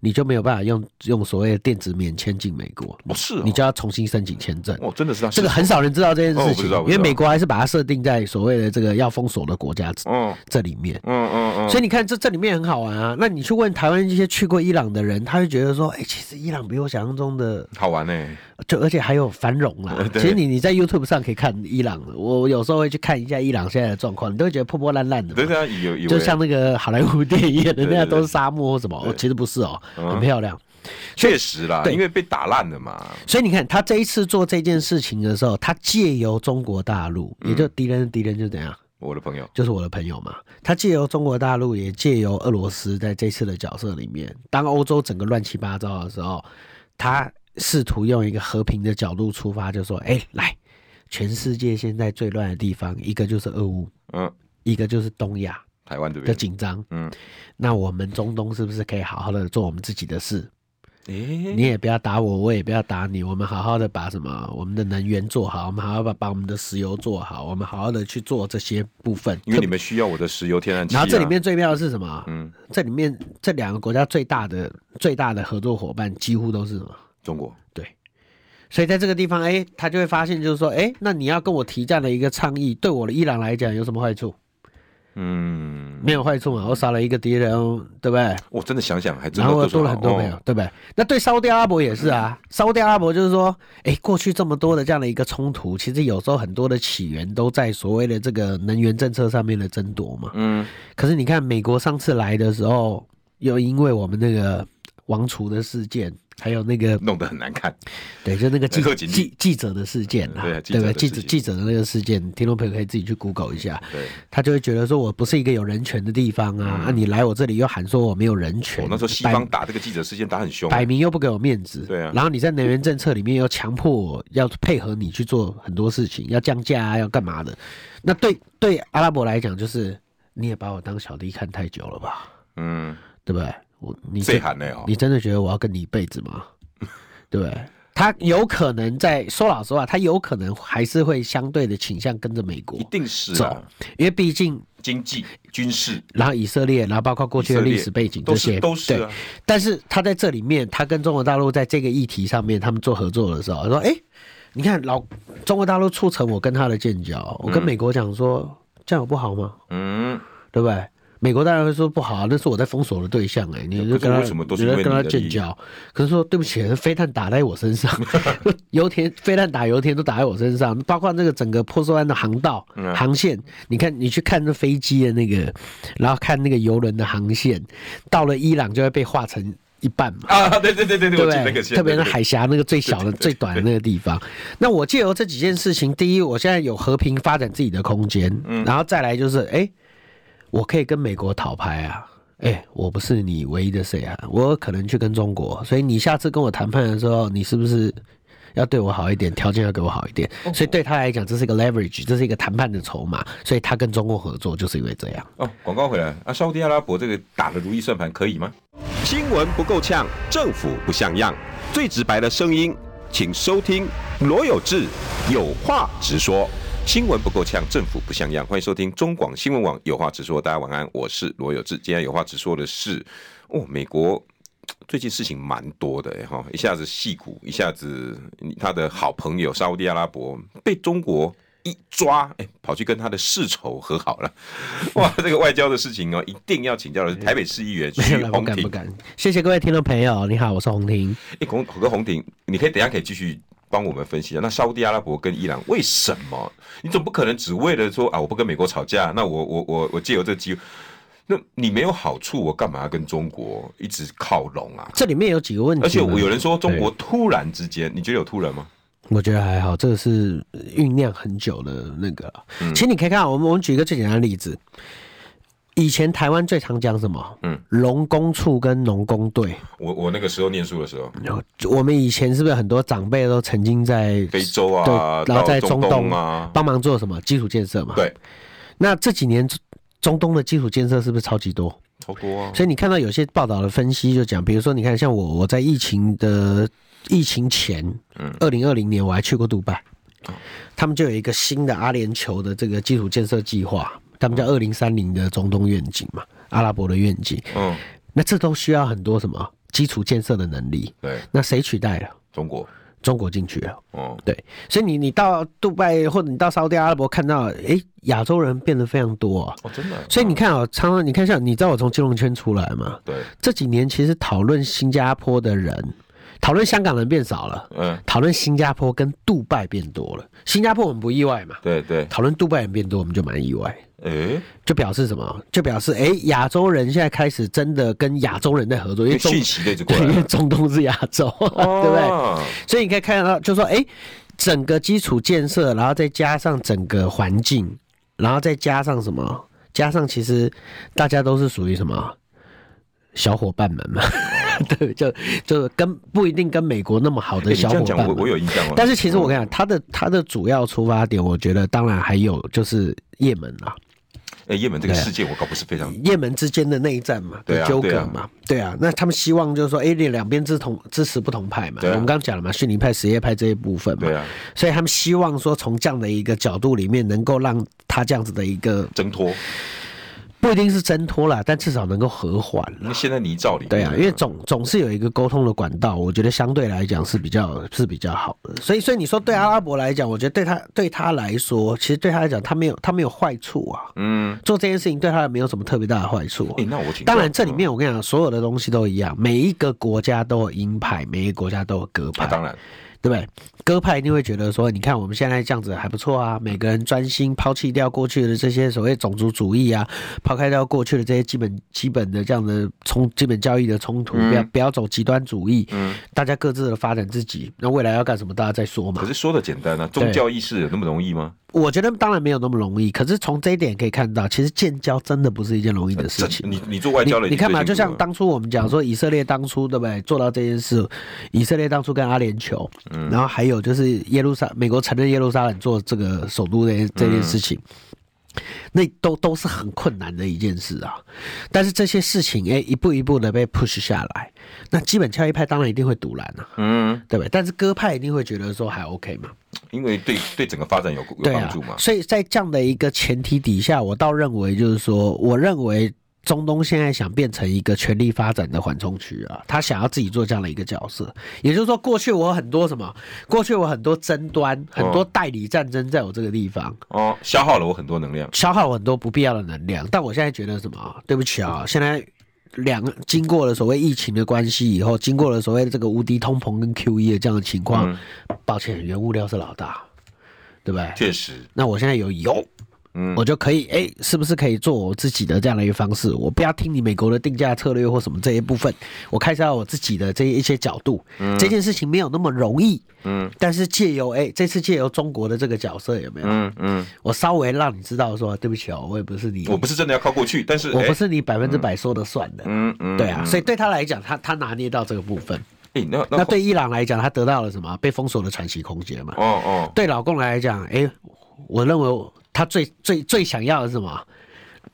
你就没有办法用用所谓的电子免签进美国，哦是哦你就要重新申请签证。哦真的是要这个很少人知道这件哦我事不情知道，我因不知为道美国还是把它设定在所谓的这个要封锁的国家这哦这里面。嗯嗯嗯，所以你看，这这里面很好玩啊。那你去问台湾一些去过伊朗的人，他会觉得说，哎、其实伊朗比我想象中的好玩呢，就而且还有繁荣啦。其呃对实你你在 YouTube 上可以看伊朗，我我有时候会去看一下伊朗现在的状况，你都会觉得破破烂烂的对嘛，对啊，有有就像那个好莱坞电影演的那对对样，对嗯都是沙漠或什么。哦，其实不是哦，很漂亮。确实啦，对因为被打烂了嘛，所以你看，他这一次做这件事情的时候，他借由中国大陆，嗯也就敌人的敌人就怎样，我的朋友，就是我的朋友嘛。他借由中国大陆，也借由俄罗斯，在这次的角色里面，当欧洲整个乱七八糟的时候，他试图用一个和平的角度出发，就说：“哎、来，全世界现在最乱的地方，一个就是俄乌，嗯，一个就是东亚台湾这的边，紧张。嗯，那我们中东是不是可以好好的做我们自己的事？诶，你也不要打我，我也不要打你，我们好好的把什么我们的能源做好，我们好好把把我们的石油做好，我们好好的去做这些部分。因为你们需要我的石油天然气啊，然后这里面最妙的是什么？嗯，这里面这两个国家最大的最大的合作伙伴几乎都是什么？中国，对。所以在这个地方，哎，他就会发现，就是说，哎，那你要跟我提这样的一个倡议，对我的伊朗来讲有什么坏处？嗯，没有坏处嘛，我少了一个敌人，对不对？我真的想想还真然的后都是多了好很多朋友，哦嗯对不对？那对沙特阿拉伯也是啊，沙特阿拉伯就是说，哎，过去这么多的这样的一个冲突，其实有时候很多的起源都在所谓的这个能源政策上面的争夺嘛。嗯，可是你看，美国上次来的时候，又因为我们那个王厨的事件，还有那个弄得很难看。对，就那个记贺锦丽记记者的事件啊，对啊记对者的不对？记事者情记者的那个事件，听众朋友可以自己去 Google 一下，对，他就会觉得说我不是一个有人权的地方啊，啊，你来我这里又喊说我没有人权，我哦那时候西摆方打这个记者事件打很凶，啊摆明又不给我面子，对啊然后你在能源政策里面又强迫我要配合你去做很多事情，要降价啊，要干嘛的？那对对阿拉伯来讲，就是你也把我当小弟看太久了吧，嗯，对不对？我你这真喊呢哦，你真的觉得我要跟你一辈子 吗？对不对？他有可能在说老实话，他有可能还是会相对的倾向跟着美国一定是走啊，，因为毕竟，经济、军事然后以色列，然后包括过去的以色列历史背景这都些，是都是对啊，但是他在这里面，他跟中国大陆在这个议题上面，他们做合作的时候，他说：“哎、你看老中国大陆促成我跟他的建交，我跟美国讲说、这样有不好吗？嗯，对不对？”美国当然会说不好、啊，那是我在封锁的对象哎、你可就是跟他为什么都是你因就为跟他你的利建益交？可是说对不起，飞弹打在我身上， 油田飞弹打油田都打在我身上，包括那个整个波斯湾的航道、嗯航线，你看你去看那飞机的那个，然后看那个游轮的航线，到了伊朗就会被划成一半嘛。啊，对对对对对，对我不记得那个对？线，特别是对海峡那个最小的、最短的那个地方。那我借由这几件事情，第一，我现在有和平发展自己的空间，嗯然后再来就是，哎，我可以跟美国讨牌啊。哎，我不是你唯一的谁啊，我有可能去跟中国，所以你下次跟我谈判的时候，你是不是要对我好一点，条件要给我好一点？哦所以对他来讲，这是一个 leverage，这是一个谈判的筹码，所以他跟中国合作就是因为这样。哦，广告回来啊，沙特阿拉伯这个打的如意算盘可以吗？新闻不够呛，政府不像样，最直白的声音，请收听罗有志有话直说。新闻不够呛，政府不像样。欢迎收听中广新闻网，有话直说。大家晚安，我是罗有志。今天有话直说的是，哦，美国嘖最近事情蛮多的哎哈，一下子戏骨，一下子嗯他的好朋友沙烏地阿拉伯被中国。一抓，哎、跑去跟他的世仇和好了，哇！这个外交的事情哦，一定要请教的是台北市议员 没徐有了，不宏敢庭不。敢。谢谢各位听众朋友，你好，我是洪婷。哎，洪哥洪婷，你可以等一下可以继续帮我们分析一下，那沙烏地阿拉伯跟伊朗为什么？你总不可能只为了说啊，我不跟美国吵架，那我我我我借由这个机会，那你没有好处，我干嘛要跟中国一直靠拢啊？这里面有几个问题，而且我有人说中国突然之间，你觉得有突然吗？我觉得还好，这个是酝酿很久的那个了。嗯其实你可以看啊，我们我们举一个最简单的例子，以前台湾最常讲什么？嗯，农工处跟农工队。我我那个时候念书的时候，我们以前是不是很多长辈都曾经在非洲啊，对，然后在到中东啊，帮忙做什么基础建设嘛？。对，那这几年中中东的基础建设是不是超级多？超多啊，所以你看到有些报道的分析就讲，比如说你看像我，我在疫情的疫情前，嗯二零二零年我还去过杜拜，他们就有一个新的阿联酋的这个基础建设计划，他们叫二零三零的中东愿景嘛，阿拉伯的愿景，嗯，那这都需要很多什么基础建设的能力，对，那谁取代了？中国，中国进去了。哦，对，所以你你到杜拜或者你到沙特阿拉伯看到，诶，亚洲人变得非常多、啊，哦，真的，所以你看啊、常常你看像你知道我从金融圈出来嘛，对，这几年其实讨论新加坡的人，讨论香港人变少了，嗯，讨论新加坡跟杜拜变多了。新加坡我们不意外嘛，对对，讨论杜拜人变多，我们就蛮意外。诶，就表示什么？就表示哎，诶亚洲人现在开始真的跟亚洲人在合作，因因为为中讯息都一直过对，来 因为了，中东是亚洲， 对不对？哦所以你可以看到，就说哎，诶整个基础建设，然后再加上整个环境，然后再加上什么？加上其实大家都是属于什么小伙伴们嘛， 对，就就跟不一定跟美国那么好欸的你小这伙样讲，伴我们。我有印象哦。但是其实我跟你讲，他的他的主要出发点，我觉得当然还有就是也门啊，哎，也门这个对啊世界我搞不是非常也门之间的内战嘛，对的啊纠对葛啊嘛，对啊，那他们希望就是说，哎，你两边支同支持不同派嘛，对啊我们刚讲了嘛，逊尼派、什叶派这一部分嘛，对啊，所以他们希望说从这样的一个角度里面，能够让他这样子的一个挣脱。不一定是挣脱啦，但至少能够和缓啦那。现在泥沼里面，对啊，因为总总是有一个沟通的管道，我觉得相对来讲是比较是比较好的。所以，所以你说对阿拉伯来讲，我觉得对他对他来说，其实对他来讲，他没有他没有坏处啊。嗯，做这件事情对他没有什么特别大的坏处啊、哎，那我请教当然，这里面我跟你讲，所有的东西都一样，每一个国家都有鹰派，每一个国家都有鸽啊，派。当然，对不对？鸽派一定会觉得说，你看我们现在这样子还不错啊，每个人专心抛弃掉过去的这些所谓种族主义啊，抛开掉过去的这些基本基本的这样的冲基本教义的冲突，不要不要走极端主义，嗯，大家各自的发展自己，那未来要干什么大家再说嘛可。是说的简单啊，宗教意识有那么容易吗？我觉得当然没有那么容易，可是从这一点可以看到，其实建交真的不是一件容易的事情。你你做外交的，你你看嘛，就像当初我们讲嗯说，以色列当初对不对做到这件事？以色列当初跟阿联酋，嗯然后还有就是耶路撒，美国承认耶路撒冷做这个首都的嗯这件事情。那都都是很困难的一件事啊，但是这些事情哎、一步一步的被 push 下来，那基本教义派当然一定会独揽啊，嗯，对不对？但是鸽派一定会觉得说还 OK 嘛，因为对对整个发展有有对帮啊助嘛，。所以在这样的一个前提底下，我倒认为就是说，我认为中东现在想变成一个权力发展的缓冲区啊，他想要自己做这样的一个角色。也就是说，过去我很多什么，过去我很多争端，很多代理战争在我这个地方。哦，消耗了我很多能量。消耗很多不必要的能量。但我现在觉得什么啊？对不起啊，现在两个经过了所谓疫情的关系以后，经过了所谓的这个无敌通膨跟 QE 的这样的情况，嗯抱歉，原物料是老大，对不对？确实，那我现在有油，嗯我就可以哎、是不是可以做我自己的这样的一个方式？我不要听你美国的定价策略或什么这一部分，我开始要我自己的这一些角度。这件事情没有那么容易，嗯但是借由哎、这次借由中国的这个角色有没有？嗯嗯，我稍微让你知道说，对不起哦，我也不是你，我不是真的要靠过去，但是我哎不是你百分之百说的算的。嗯嗯，对啊，所以对他来讲，他他拿捏到这个部分。哎，那那对伊朗来讲，他得到了什么？被封锁的喘息空间嘛。哦哦，对老共来讲，哎、我认为他最最最想要的是什么？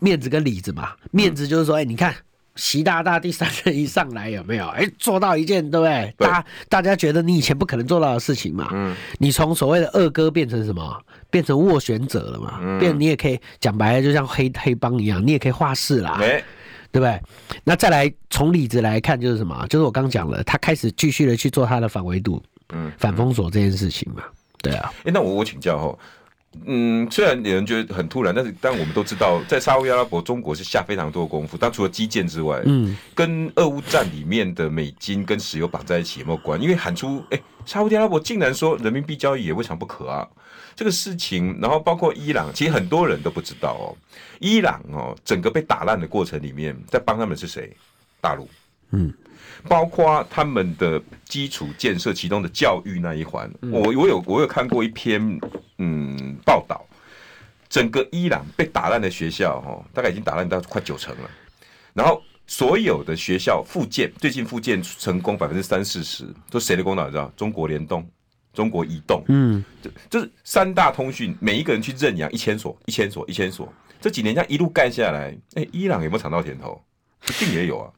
面子跟里子嘛。面子就是说，哎、你看习大大第三任一上来有没有？哎、做到一件，对不对？对大大家觉得你以前不可能做到的事情嘛。嗯。你从所谓的二哥变成什么？变成斡旋者了嘛？变你也可以讲白了，就像黑黑帮一样，你也可以画事啦。哎，对不对？那再来从理子来看，就是什么？就是我刚讲了，他开始继续的去做他的反围堵、嗯，反封锁这件事情嘛。对啊，哎，那我我请教哈。嗯，虽然有人觉得很突然，但是但我们都知道，在沙烏阿拉伯，中国是下非常多的功夫。但除了基建之外，嗯，跟俄乌战里面的美金跟石油绑在一起有没有关？因为喊出哎、沙烏地阿拉伯竟然说人民币交易也未尝不可啊，这个事情。然后包括伊朗，其实很多人都不知道哦。伊朗哦，整个被打烂的过程里面，在帮他们是谁？大陆。嗯，包括他们的基础建设，其中的教育那一环，我我有我有看过一篇嗯报道，整个伊朗被打烂的学校哦，大概已经打烂到快九成了。然后所有的学校复建，最近复建成功百分之三四十，都谁的功劳？你知道？中国联动、中国移动，嗯，就就是三大通讯，每一个人去认养一千所、一千所、一千所，这几年这样一路干下来，哎、伊朗有没有尝到甜头？一定也有啊。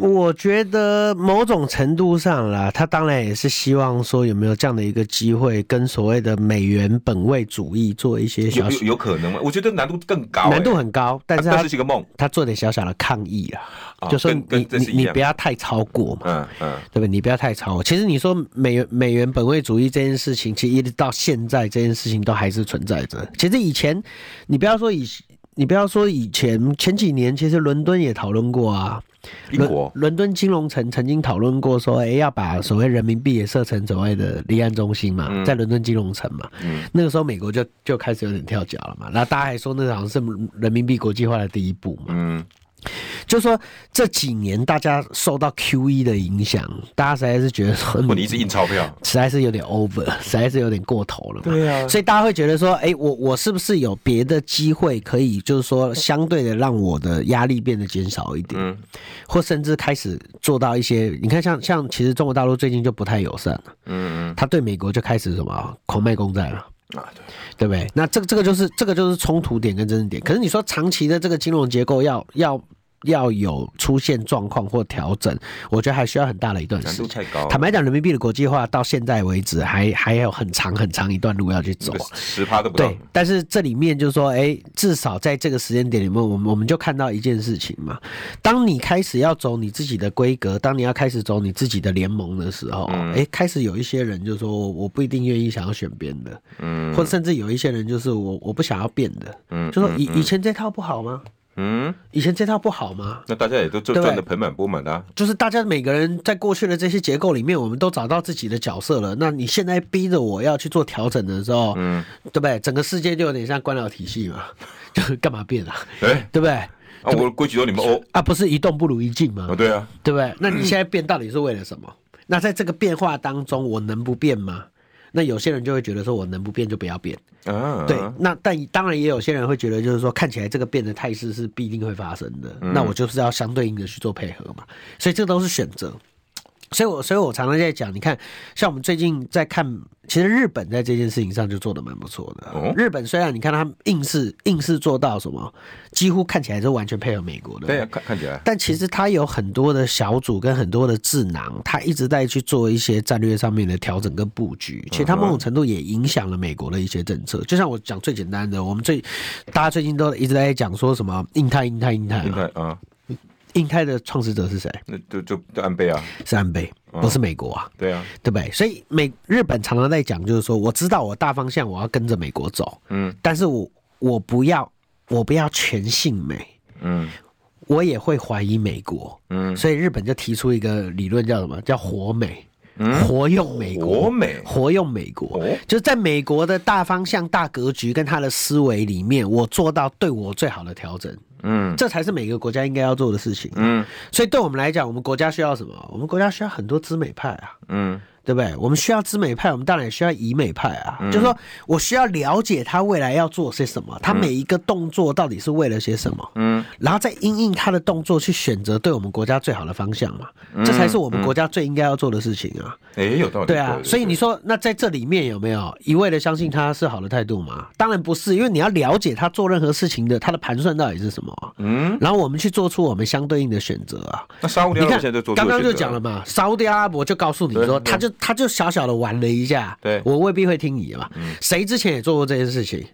我觉得某种程度上啦，他当然也是希望说有没有这样的一个机会，跟所谓的美元本位主义做一些有小有有可能吗？我觉得难度更高、欸，啊难度很高，但啊，是但他是是一个梦。他做点小小的抗议啦，啊就说跟跟你这你是一你样不要太超过嘛。嗯嗯，对不对？你不要太超我。其实你说美元美元本位主义这件事情，其实一直到现在这件事情都还是存在着。其实以前，你不要说以，你不要说以前前几年，其实伦敦也讨论过啊。英国伦伦敦金融城曾经讨论过说，哎，要把所谓人民币也设成所谓的离岸中心嗯嘛，在伦敦金融城嘛。那个时候美国就就开始有点跳脚了嘛。那大家还说那好像是人民币国际化的第一步嘛。嗯，就说这几年大家受到 QE 的影响，大家实在是觉得说嗯哦不，你一直印钞票，实在是有点 over，实在是有点过头了嘛。对啊所以大家会觉得说，哎、我我是不是有别的机会可以，就是说相对的让我的压力变得减少一点，嗯或甚至开始做到一些，你看像像其实中国大陆最近就不太友善了，嗯他对美国就开始什么狂卖公债了。嗯啊，对，对不对？那这个这个就是这个就是冲突点跟争议点。可是你说长期的这个金融结构要要要有出现状况或调整，我觉得还需要很大的一段难时度间。太高了，坦白讲，人民币的国际化到现在为止还还有很长很长一段路要去走啊。十趴都不到对，，但是这里面就是说，哎，至少在这个时间点里面，我们我们就看到一件事情嘛。当你开始要走你自己的规格，当你要开始走你自己的联盟的时候，嗯哎、开始有一些人就说我我不一定愿意想要选边的，嗯或者甚至有一些人就是我我不想要变的，嗯就说以以前这套不好吗？嗯，以前这套不好吗？那大家也都赚对赚的盆满钵满的、啊，就是大家每个人在过去的这些结构里面，我们都找到自己的角色了。那你现在逼着我要去做调整的时候，嗯，对不对？整个世界就有点像官僚体系嘛， 就是干嘛变啊？哎、对不对？啊，我的规矩都你们哦，啊，不是一动不如一静吗？啊，对啊，对不对？那你现在变到底是为了什么？那在这个变化当中，我能不变吗？那有些人就会觉得说，我能不变就不要变。啊，对，那但当然也有些人会觉得，就是说看起来这个变的态势是必定会发生的，嗯那我就是要相对应的去做配合嘛，所以这都是选择。所以我，所以我常常在讲，你看，像我们最近在看，其实日本在这件事情上就做的蛮不错的。啊哦日本虽然你看他们硬是硬是做到什么，几乎看起来是完全配合美国的，对啊，看看起来，但其实它有很多的小组跟很多的智囊，它一直在去做一些战略上面的调整跟布局。其实它某种程度也影响了美国的一些政策。就像我讲最简单的，我们最大家最近都一直在讲说什么印太、印太、印太你嘛。看啊，印太的创始者是谁？那就就就安倍啊，是安倍，不是美国啊。对啊，对不对？所以美日本常常在讲，就是说我知道我大方向我要跟着美国走，嗯，但是我我不要我不要全信美，嗯我也会怀疑美国，嗯，所以日本就提出一个理论叫什么？叫活美，活用美国，嗯活美活用美国，哦就是在美国的大方向、大格局跟他的思维里面，我做到对我最好的调整，嗯这才是每个国家应该要做的事情。嗯所以对我们来讲，我们国家需要什么？我们国家需要很多知美派啊。嗯对不对？我们需要知美派，我们当然也需要以美派啊。嗯就是说我需要了解他未来要做些什么，他每一个动作到底是为了些什么，嗯，然后再因应他的动作去选择对我们国家最好的方向嘛。嗯这才是我们国家最应该要做的事情啊。哎、有道理，对啊，所以你说那在这里面有没有一味的相信他是好的态度吗？当然不是，因为你要了解他做任何事情的他的盘算到底是什么、啊，嗯，然后我们去做出我们相对应的选择啊。那沙乌地你阿拉伯看现在在，做这刚个刚就选择啊讲了，嘛，沙烏地阿拉伯就告诉你说，他就他就小小的玩了一下，对嗯我未必会听你的嘛。谁之前也做过这件事情？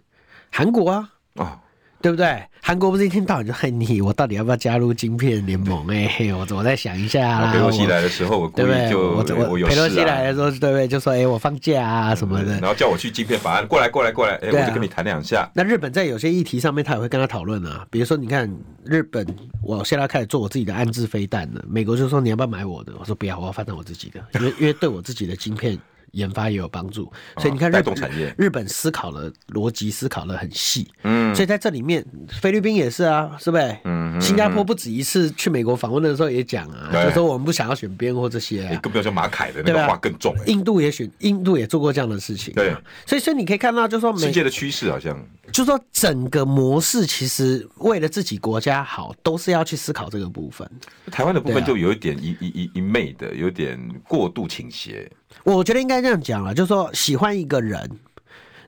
韩国啊，哦，对不对？韩国不是一天到晚就恨你，我到底要不要加入晶片联盟？哎、嘿我我再想一下啦。哦那佩洛西啊我来的时候，我故对不意对？就我哎有佩洛事西来啊。的时候，对不对？就说哎、我放假啊什么的。然后叫我去晶片法案，过来过来过来，哎、对啊我就跟你谈两下。那日本在有些议题上面，他也会跟他讨论啊。比如说，你看日本，我现在开始做我自己的安置飞弹了。美国就说你要不要买我的？我说不要，我要发展我自 己的，因为因为对我自己的晶片研发也有帮助。所以你看日带本，动产业日本思考了逻辑，思考的很细。嗯所以在这里面，菲律宾也是啊，是不是？嗯，新加坡不止一次去美国访问的时候也讲啊，对就说我们不想要选边或这些、哎、啊。更不要说马凯的那对个吧话更重、哎、印度也选，印度也做过这样的事情、啊。对，所以所以你可以看到，就说美世界的趋势好像，就说整个模式其实为了自己国家好，都是要去思考这个部分。台湾的部对分啊就有一点一一一一昧的，有点过度倾斜。我觉得应该这样讲了，就说喜欢一个人，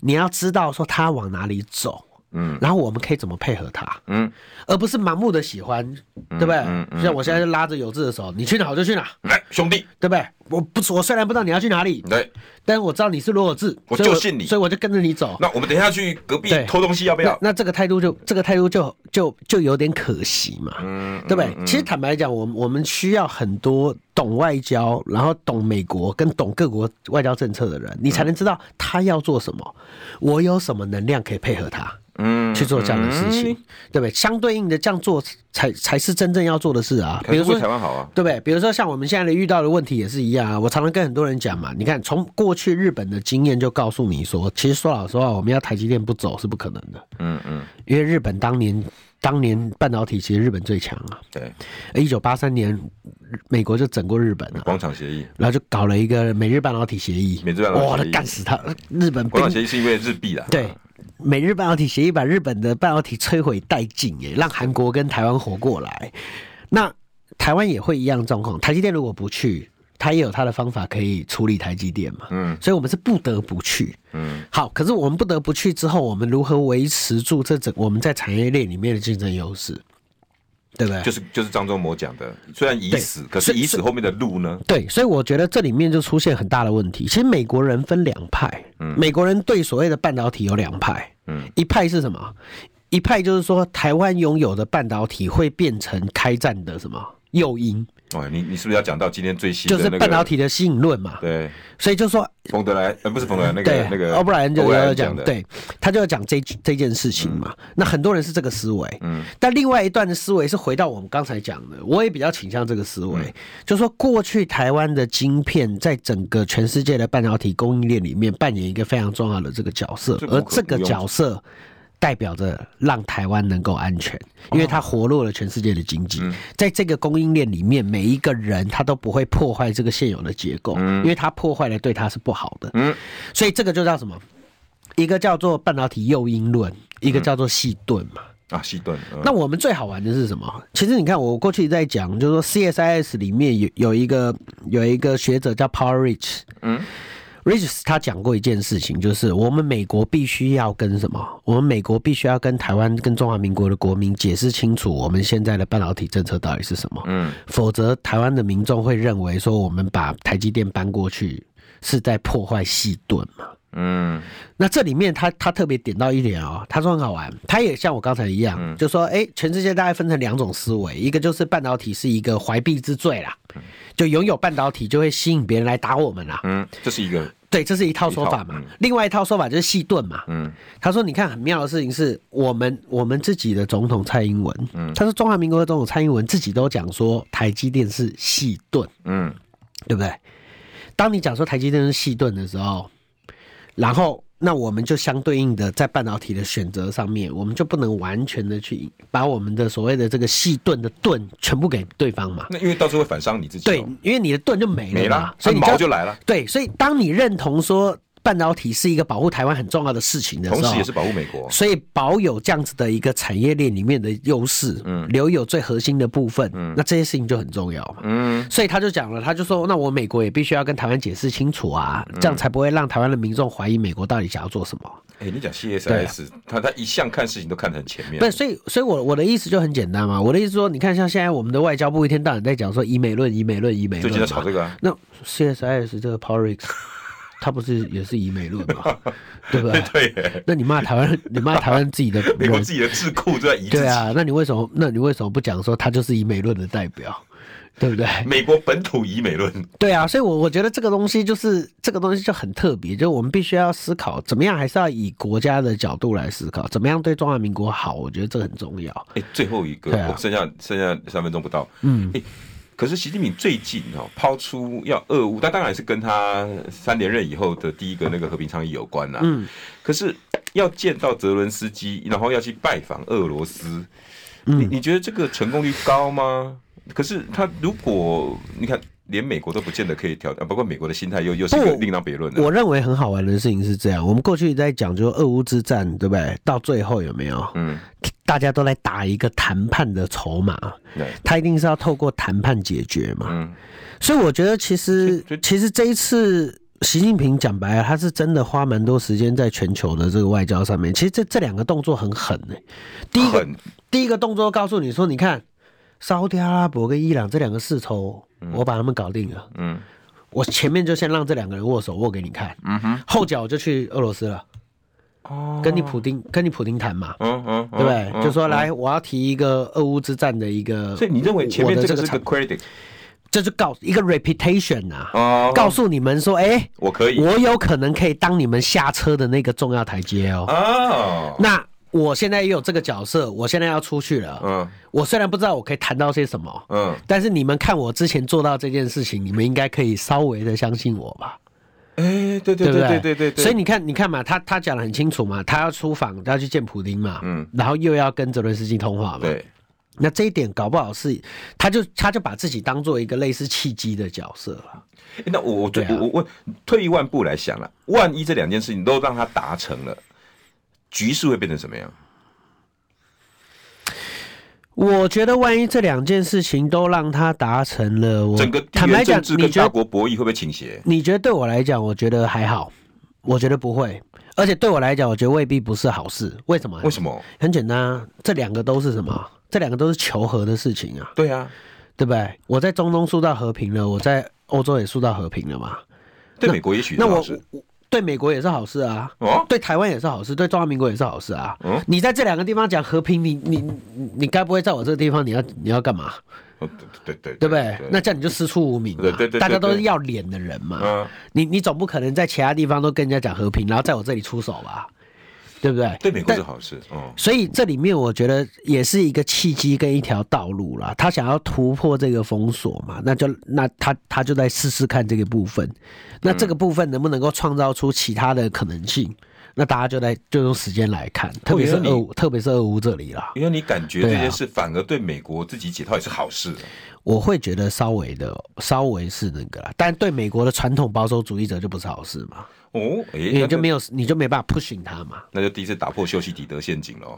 你要知道说他往哪里走，嗯，然后我们可以怎么配合他，嗯，而不是盲目的喜欢，对不对？像我现在就拉着有志的手，你去哪我就去哪，来，兄弟，对不对？我不我虽然不知道你要去哪里，来，但我知道你是罗有志，我所以就信你所以我就跟着你走。那我们等一下去隔壁对偷东西，要不那要？那这个态度就这个态度就就就有点可惜嘛，嗯对不对？其实坦白讲，我们我们需要很多懂外交，然后懂美国跟懂各国外交政策的人，你才能知道他要做什么，我有什么能量可以配合他。嗯去做这样的事情，对不对？相对应的这样做才才是真正要做的事啊。可比是如说为台湾好啊，对不对？比如说像我们现在的遇到的问题也是一样啊。我常常跟很多人讲嘛，你看从过去日本的经验就告诉你说，其实说老实话，我们要台积电不走是不可能的，嗯嗯，因为日本当年当年半导体其实日本最强啊。对，一九八三年，美国就整过日本了、啊广场协议，然后就搞了一个美日半导体协议，美日半导体哇，那协议干死他！日本广兵场协议是因为日币啦，对，美日半导体协议把日本的半导体摧毁殆尽，哎，让韩国跟台湾活过来。那台湾也会一样状况，台积电如果不去，它也有它的方法可以处理台积电嘛。嗯所以我们是不得不去。嗯，好，可是我们不得不去之后，我们如何维持住这整我们在产业链里面的竞争优势？对不对？就是就是张忠谋讲的，虽然已对死，可是所以已死后面的路呢？对，所以我觉得这里面就出现很大的问题。其实美国人分两派，嗯美国人对所谓的半导体有两派，嗯一派是什么？一派就是说台湾拥有的半导体会变成开战的什么诱因，哦，你你是不是要讲到今天最新就的是那半导个？体的吸引论嘛。对，所以就说冯德莱呃不是冯德莱那对个，那个欧布莱恩就欧莱要恩讲，的，对，他就要讲这这件事情嘛。那很多人是这个思维，嗯，但另外一段的思维是回到我们刚才讲的，我也比较倾向这个思嗯维，就说过去台湾的晶片在整个全世界的半导体供应链里面扮演一个非常重要的这个角色这，无可而这个角色。代表着让台湾能够安全，哦因为它活络了全世界的经嗯济。在这个供应链里面，每一个人他都不会破坏这个现有的结构，因为他破坏了对他是不好的。嗯，所以这个就叫什么？一个叫做半导体诱因论，一个叫做细盾嘛。啊西顿，嗯那我们最好玩的是什么？其实你看，我过去在讲，就是说 CSIS 里面有有一个有一个学者叫 Paul Rich，嗯，Rich 他讲过一件事情，就是我们美国必须要跟什么？我们美国必须要跟台湾、跟中华民国的国民解释清楚我们现在的半导体政策到底是什么，嗯否则台湾的民众会认为说我们把台积电搬过去是在破坏细盾嘛。嗯那这里面他他特别点到一点哦，他说很好玩，他也像我刚才一样，嗯就说哎、诶全世界大概分成两种思维，一个就是半导体是一个怀璧之罪啦，就拥有半导体就会吸引别人来打我们啦，嗯，这是一个对，这是一套说法嘛。一套嗯另外一套说法就是细盾嘛，嗯他说：“你看，很妙的事情是我们我们自己的总统蔡英文，嗯他说中华民国的总统蔡英文自己都讲说台积电是细盾，嗯对不对？当你讲说台积电是细盾的时候，然后那我们就相对应的在半导体的选择上面，我们就不能完全的去把我们的所谓的这个细盾的盾全部给对方嘛。那因为到时候会反伤你啊自己对哦，，因为你的盾就没了嘛，没了，所以它你毛就就来了，对，所以当你认同说半导体是一个保护台湾很重要的事情的时候，同时也是保护美国，所以保有这样子的一个产业链里面的优势，嗯，留有最核心的部分，嗯，那这些事情就很重要嘛。嗯所以他就讲了，他就说，那我美国也必须要跟台湾解释清楚啊，嗯这样才不会让台湾的民众怀疑美国到底想要做什么。哎，你讲对啊 CSIS，他他一向看事情都看得很前面，对，所以，所以我我的意思就很简单嘛，我的意思说，你看像现在我们的外交部一天到晚在讲说以美论、以美论、以美最论近在嘛，吵这个啊，那 CSIS 这个 Porix，他不是也是以美论 嘛，对不对？啊对耶，那你骂台湾，你骂台湾自己的美国人自己的智库就在移自对己。啊，那你为什么？那你为什么不讲说他就是以美论的代表，对不对？美国本土以美论，对啊，所以我，我觉得这个东西就是这个东西就很特别，就是我们必须要思考怎么样，还是要以国家的角度来思考，怎么样对中华民国好，我觉得这个很重要。哎、最后一个，对啊我剩下剩下三分钟不到。嗯，哎、可是习近平最近哦，抛出要俄乌，但当然是跟他三连任以后的第一个那个和平倡议有关啦、嗯，可是要见到泽伦斯基，然后要去拜访俄罗斯，嗯你你觉得这个成功率高吗？可是他如果你看，连美国都不见得可以调，啊，包括美国的心态又又是一个不另当别论的。我认为很好玩的事情是这样，我们过去在讲就是俄乌之战，对不对？到最后有没有？嗯，大家都来打一个谈判的筹码，对，他一定是要透过谈判解决嘛。嗯所以我觉得，其实所以其实这一次习近平讲白了，他是真的花蛮多时间在全球的这个外交上面。其实这这两个动作很狠呢、第一个很第一个动作告诉你说，你看沙特阿拉伯跟伊朗这两个世仇，我把他们搞定了。嗯我前面就先让这两个人握手握给你看，嗯哼，后脚我就去俄罗斯了，哦跟你普丁跟你普丁谈嘛，嗯嗯，对不对？嗯就说嗯来，我要提一个俄乌之战的一个，所以你认为前面我的这这个是场个 credit 这就告一个 reputation 啊，哦告诉你们说，哎、我可以我有可能可以当你们下车的那个重要台阶哦。哦，那我现在也有这个角色，我现在要出去了。嗯我虽然不知道我可以谈到些什么，嗯，但是你们看我之前做到这件事情，你们应该可以稍微的相信我吧，哎，对对不对对对对对，所以你看，你看嘛，他他讲的很清楚嘛，他要出访，他要去见普丁嘛，嗯，然后又要跟泽伦斯基通话嘛，。对那这一点搞不好是，他就他就把自己当做一个类似契机的角色了。哎那我我对啊我我我退一万步来想了，万一这两件事情都让他达成了，局势会变成什么样？我觉得，万一这两件事情都让他达成了，我整个地坦白缘讲政治，你跟觉大得国博弈会不会倾斜？你觉得对我来讲，我觉得还好，我觉得不会，而且对我来讲，我觉得未必不是好事。为什么？为什么？很简单啊，这两个都是什么？这两个都是求和的事情啊，对啊，对不对？我在中东塑造和平了，我在欧洲也塑造和平了嘛。对美国也许那是我好事我对美国也是好事啊，哦，对台湾也是好事，对中华民国也是好事啊。嗯你在这两个地方讲和平，你你你你该不会在我这个地方你要你要干嘛？哦对对对，对不对？那这样你就师出无名嘛，啊对对对对大家都对是要脸的人嘛。嗯你你总不可能在其他地方都跟人家讲和平，然后在我这里出手吧，对不对？对美国但是好事哦。所以这里面我觉得也是一个契机跟一条道路啦。他想要突破这个封锁嘛，那就那他他就在试试看这个部分，那嗯这个部分能不能够创造出其他的可能性？那大家就在就用时间来看，特别是我觉哦得你俄乌，特别是俄乌这里啦，因为你感觉这对啊件事反而对美国自己解套也是好事啊，我会觉得稍微的稍微是那个啦，但对美国的传统保守主义者就不是好事嘛，哦，哎、因那为你就没有，有你就没办法 pushing 他嘛。那就第一次打破修昔底德陷阱了哦。